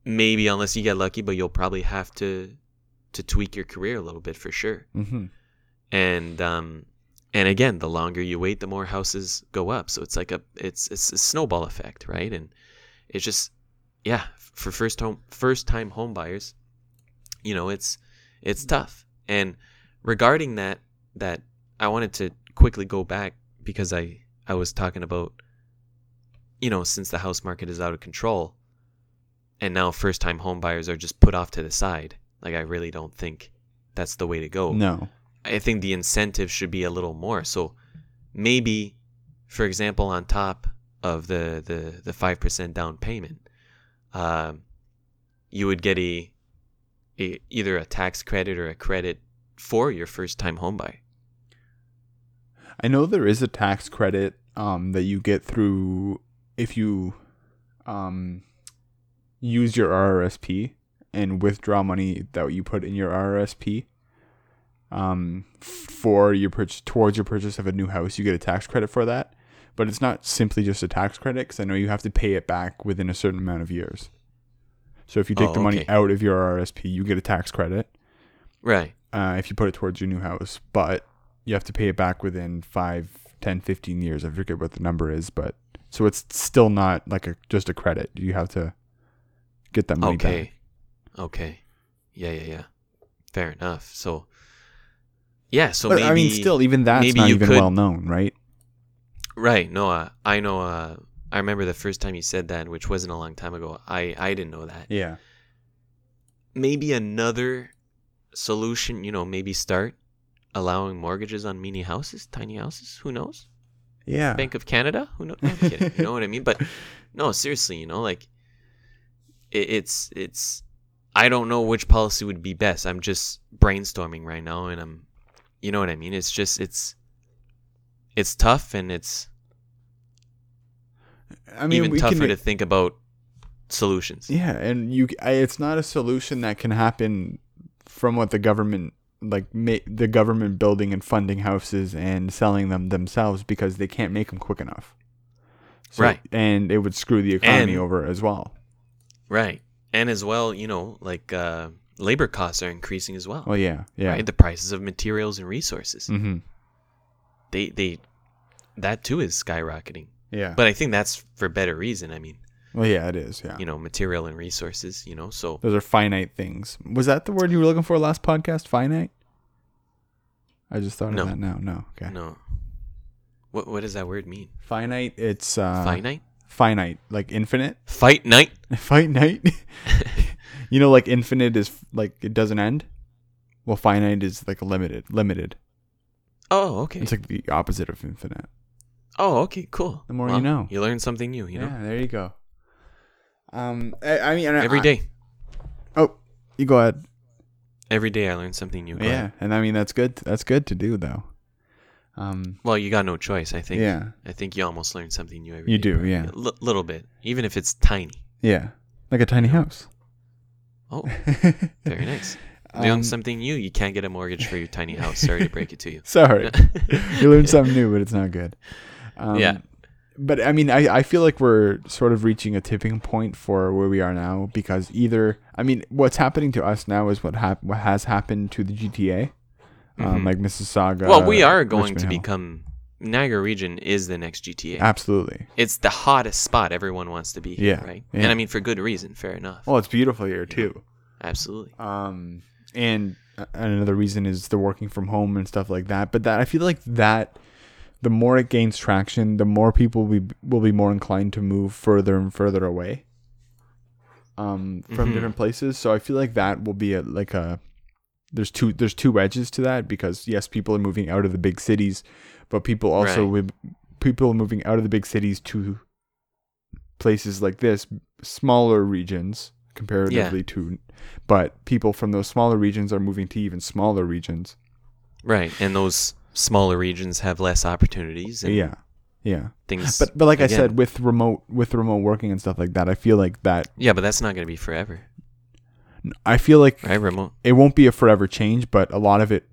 maybe unless you get lucky, but you'll probably have to to tweak your career a little bit for sure. hmm And um, and again, the longer you wait, the more houses go up. So it's like a it's it's a snowball effect, right? And it's just yeah for first home first time home buyers you know it's it's tough and regarding that that i wanted to quickly go back because i i was talking about you know since the house market is out of control and now first time home buyers are just put off to the side like i really don't think that's the way to go no, I think the incentive should be a little more. So maybe, for example, on top of the the the five percent down payment, um, you would get a, a either a tax credit or a credit for your first time home buy. I know there is a tax credit um, that you get through if you um, use your RRSP and withdraw money that you put in your RRSP um, f- for your purchase towards your purchase of a new house. You get a tax credit for that, but it's not simply just a tax credit because I know you have to pay it back within a certain amount of years. So if you take Oh, the money okay. out of your RRSP, you get a tax credit Right. uh, if you put it towards your new house, but you have to pay it back within 5, 10, 15 years. I forget what the number is, but so it's still not like a just a credit. You have to get that money okay. back. Okay. Yeah, yeah, yeah. Fair enough. So yeah, so but maybe I mean, still, even that's maybe not you even could- well known, right? Right. No, uh, I know. Uh, I remember the first time you said that, which wasn't a long time ago. I, I didn't know that. Yeah. Maybe another solution, you know, maybe start allowing mortgages on mini houses, tiny houses. Who knows? Yeah. Bank of Canada? Who knows? No, I'm kidding. you know what I mean? But no, seriously, you know, like it, it's it's. I don't know which policy would be best. I'm just brainstorming right now, and I'm, you know what I mean. It's just it's, it's tough, and it's I mean, even we tougher can, to think about solutions. Yeah, and you, I, it's not a solution that can happen from what the government like ma- the government building and funding houses and selling them themselves because they can't make them quick enough. Right. and it would screw the economy And- over as well. Right. And as well, you know, like uh, labor costs are increasing as well. Well, Oh, yeah, yeah, Right. The prices of materials and resources. hmm they they that too is skyrocketing. Yeah. But I think that's for better reason. I mean, well, yeah, it is. Yeah. you know, material and resources, you know. So Those are finite things. Was that the word you were looking for last podcast? Finite? I just thought No. of that now. No. Okay. no. What what does that word mean? Finite, it's uh Fight night? finite, like infinite. Fight night? finite. you know like infinite is like it doesn't end? Well, finite is like limited, limited. Oh, okay. It's like the opposite of infinite. Oh, okay, cool. The more you know. You learn something new, you know. Yeah, there you go. Um I, I mean I- Every I- day. Oh, you go ahead. Every day I learn something new. Go yeah, ahead. and I mean that's good. That's good to do though. Um, Well, you got no choice, I think. yeah, I think you almost learn something new every day. you do. Yeah, A li- little bit, even if it's tiny. yeah, like a tiny house. Oh, Very very nice. You Um, learn something new. You can't get a mortgage for your tiny house. Sorry to break it to you. Sorry, you learned something new, but it's not good. Um, Yeah. but I mean, I I feel like we're sort of reaching a tipping point for where we are now because either I mean, what's happening to us now is what hap- what has happened to the GTA, um, Mhm. like Mississauga. well, we are going Richmond to Hill. become Niagara region is the next GTA. absolutely. It's the hottest spot everyone wants to be. here, Yeah, right. yeah. And I mean for good reason. Fair enough. Well, it's beautiful here too. Absolutely. um and uh, another reason is the working from home and stuff like that but that i feel like that the more it gains traction the more people will be, will be more inclined to move further and further away um from Mhm. different places so i feel like that will be a, like a there's two there's two edges to that because yes people are moving out of the big cities but people also Right. with people are moving out of the big cities to places like this smaller regions comparatively to but people from those smaller regions are moving to even smaller regions Right. And those smaller regions have less opportunities and yeah yeah things. but but like i again- said with remote with remote working and stuff like that i feel like that yeah, but that's not going to be forever, i feel like right? Remote. it won't be a forever change but a lot of it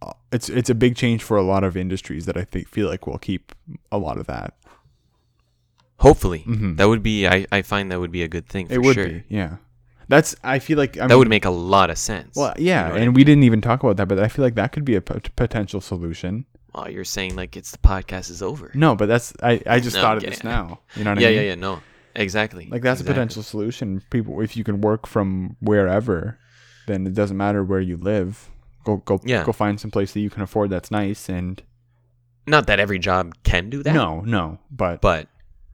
uh, it's it's a big change for a lot of industries that i think feel like will keep a lot of that Hopefully, Mhm. that would be. I, I find that would be a good thing. For it would sure. be yeah that's i feel like I That would make a lot of sense. well yeah know what I and we didn't even talk about that but i feel like that could be a pot- potential solution Well, you're saying like it's the podcast is over. No, but that's I, I just No, thought of yeah. this now. You know what yeah, I mean? yeah, yeah. No, exactly. Like that's exactly. a potential solution. People, if you can work from wherever, then it doesn't matter where you live. Go go Yeah. go find some place that you can afford that's nice and Not that every job can do that. no no but, but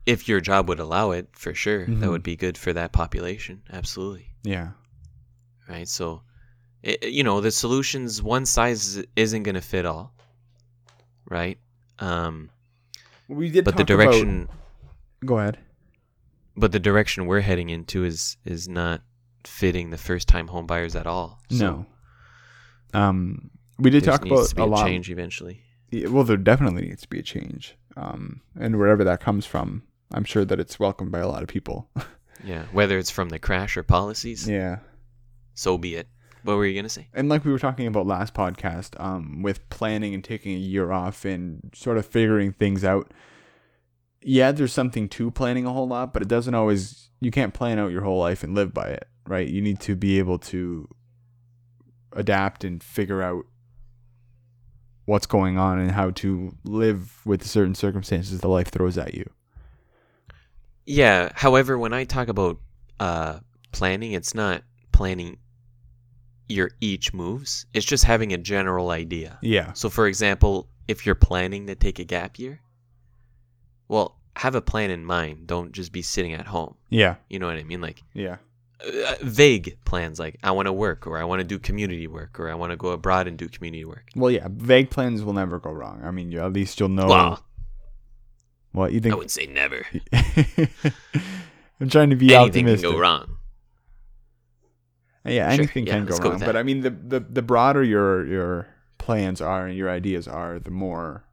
if your job would allow it, for sure, Mhm. that would be good for that population. Absolutely. yeah Right. So, it, you know, the solutions one size isn't going to fit all. Right. Um, we did but the direction, go ahead but the direction we're heading into is is not fitting the first time home buyers at all. no um we did there talk needs about to a be lot change eventually. Yeah, well there definitely needs to be a change um and wherever that comes from I'm sure that it's welcomed by a lot of people Yeah, whether it's from the crash or policies, yeah so be it. What were you gonna say? and like we were talking about last podcast um with planning and taking a year off and sort of figuring things out yeah there's something to planning a whole lot but it doesn't always you can't plan out your whole life and live by it right you need to be able to adapt and figure out what's going on and how to live with the certain circumstances that life throws at you Yeah. However, when I talk about uh, planning, it's not planning your each moves. It's just having a general idea. yeah So, for example, if you're planning to take a gap year, well, have a plan in mind. Don't just be sitting at home. yeah You know what I mean? Like yeah uh, vague plans, like I want to work, or I want to do community work, or I want to go abroad and do community work. well yeah vague plans will never go wrong i mean you, at least you'll know Well, what you I think would say never. I'm trying to be Anything can optimistic. go wrong. Yeah, Sure, anything yeah, can go let's go wrong. with But I that. mean, the, the the broader your your plans are and your ideas are, the more.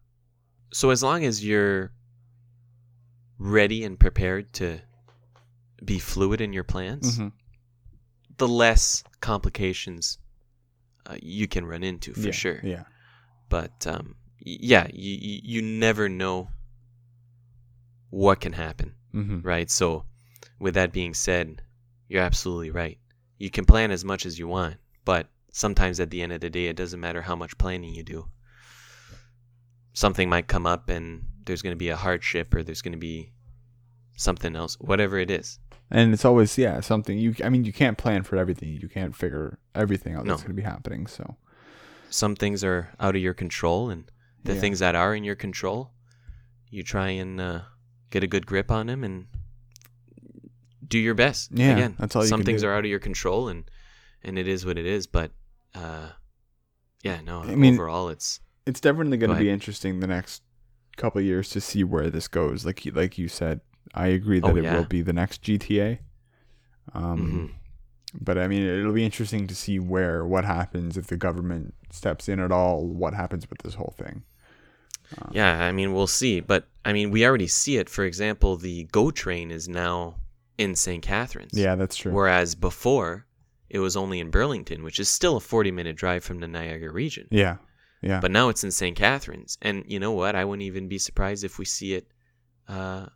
so as long as you're ready and prepared to be fluid in your plans, Mm-hmm. the less complications uh, you can run into for Yeah, sure. Yeah. But um, y- yeah, you you never know what can happen, Mm-hmm. right? So, with that being said, you're absolutely right. You can plan as much as you want, but sometimes at the end of the day, it doesn't matter how much planning you do. something might come up and there's going to be a hardship or there's going to be something else, whatever it is. And it's always yeah something you. I mean, you can't plan for everything. You can't figure everything out that's No. going to be happening. So Some things are out of your control, and the Yeah. things that are in your control, you try and uh, get a good grip on them and do your best. Yeah, Again, that's all you some can things do. are out of your control, and and it is what it is. But uh, yeah, no. I mean- overall, it's it's definitely going Go to be interesting the next couple of years to see where this goes. Like you, like you said, I agree that Oh, it yeah. will be the next GTA. Um, Mm-hmm. but I mean, it'll be interesting to see where what happens if the government steps in at all. What happens with this whole thing? uh, Yeah, I mean, we'll see. But I mean, we already see it. For example, the GO train is now in St. Catharines. Yeah, that's true. Whereas before, it was only in Burlington, which is still a 40 minute drive from the Niagara region. yeah, yeah, But now it's in St. Catharines. And you know what? I wouldn't even be surprised if we see it, uh,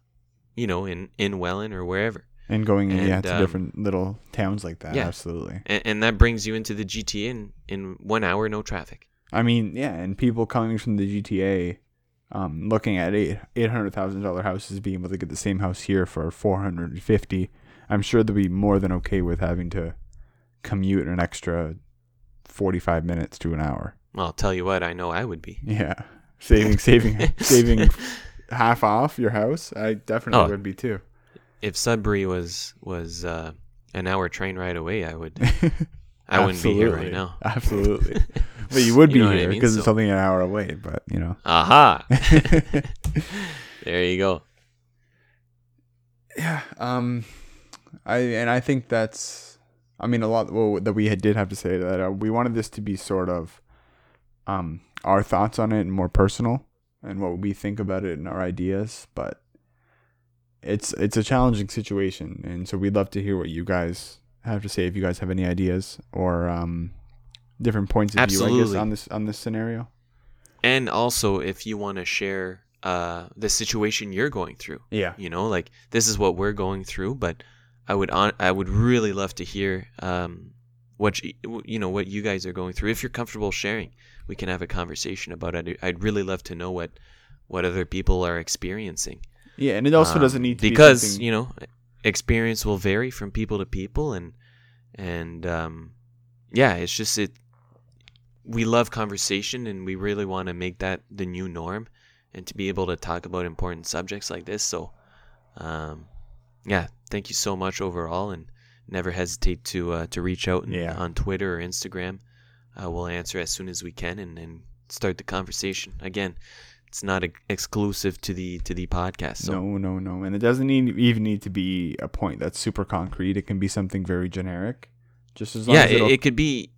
you know, in, in Welland or wherever. and going in, yeah and, to um, different little towns like that. yeah. Absolutely. And, and that brings you into the GTA in, in one hour, no traffic. I mean, yeah, and people coming from the GTA, um, looking at eight eight hundred thousand dollar houses, being able to get the same house here for four hundred and fifty, I'm sure they'll be more than okay with having to commute an extra forty five minutes to an hour. Well, I'll tell you what, I know I would be. Yeah, saving saving saving half off your house, I definitely Oh. would be too. if Sudbury was was uh, an hour train ride away, I would I wouldn't be here Absolutely. right now. Absolutely, but you would You be know what I here mean? because it's So- only an hour away. But you know, Aha! there you go. Yeah. Um, I and I think that's. I mean, a lot well, that we had, did have to say that uh, we wanted this to be sort of, um, our thoughts on it and more personal, and what we think about it and our ideas. But it's it's a challenging situation, and so we'd love to hear what you guys have to say. If you guys have any ideas or um, different points of view, I guess Absolutely. on this on this scenario. And also, if you want to share uh, the situation you're going through, Yeah. you know, like this is what we're going through, but I would on, I would really love to hear um, what you, you know what you guys are going through. If you're comfortable sharing, we can have a conversation about it. I'd really love to know what what other people are experiencing. Yeah, and it also Um, doesn't need to because be something- you know experience will vary from people to people and and um, yeah it's just it we love conversation and we really want to make that the new norm and to be able to talk about important subjects like this so um, yeah thank you so much overall and never hesitate to uh, to reach out and, Yeah. on twitter or instagram uh, we'll answer as soon as we can and, and start the conversation again it's not ex- exclusive to the to the podcast so No, no, no. And it doesn't need, even need to be a point that's super concrete. It can be something very generic. Just as long yeah, as it, it'll, it could be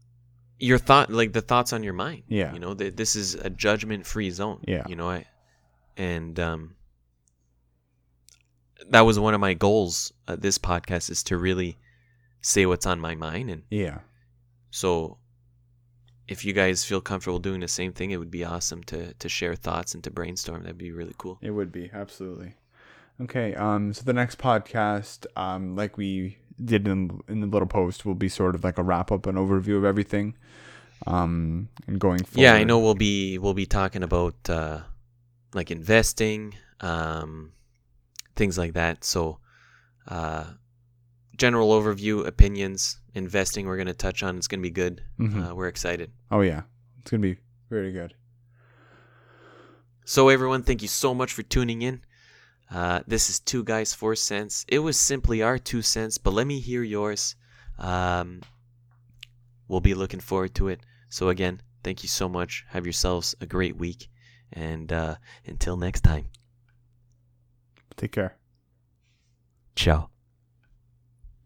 your thought, like the thoughts on your mind. Yeah. you know, th- this is a judgment-free zone. Yeah. you know, I, and um, that was one of my goals. Uh, this podcast is to really say what's on my mind, and yeah, so if you guys feel comfortable doing the same thing, it would be awesome to to share thoughts and to brainstorm. That'd be really cool. it would be absolutely okay. Um, so the next podcast, um, like we did in in the little post, will be sort of like a wrap up, an overview of everything, um, and going forward. Yeah, I know we'll be we'll be talking about uh, like investing, um, things like that. So, uh, general overview, opinions, investing. We're gonna touch on. It's gonna be good. Mhm. Uh, we're excited. Oh yeah, it's gonna be very good. So everyone, thank you so much for tuning in. Uh, this is Two Guys Four Cents. It was simply our two cents, but let me hear yours. Um, we'll be looking forward to it. So again, thank you so much. Have yourselves a great week, and uh, until next time. Take care. Ciao.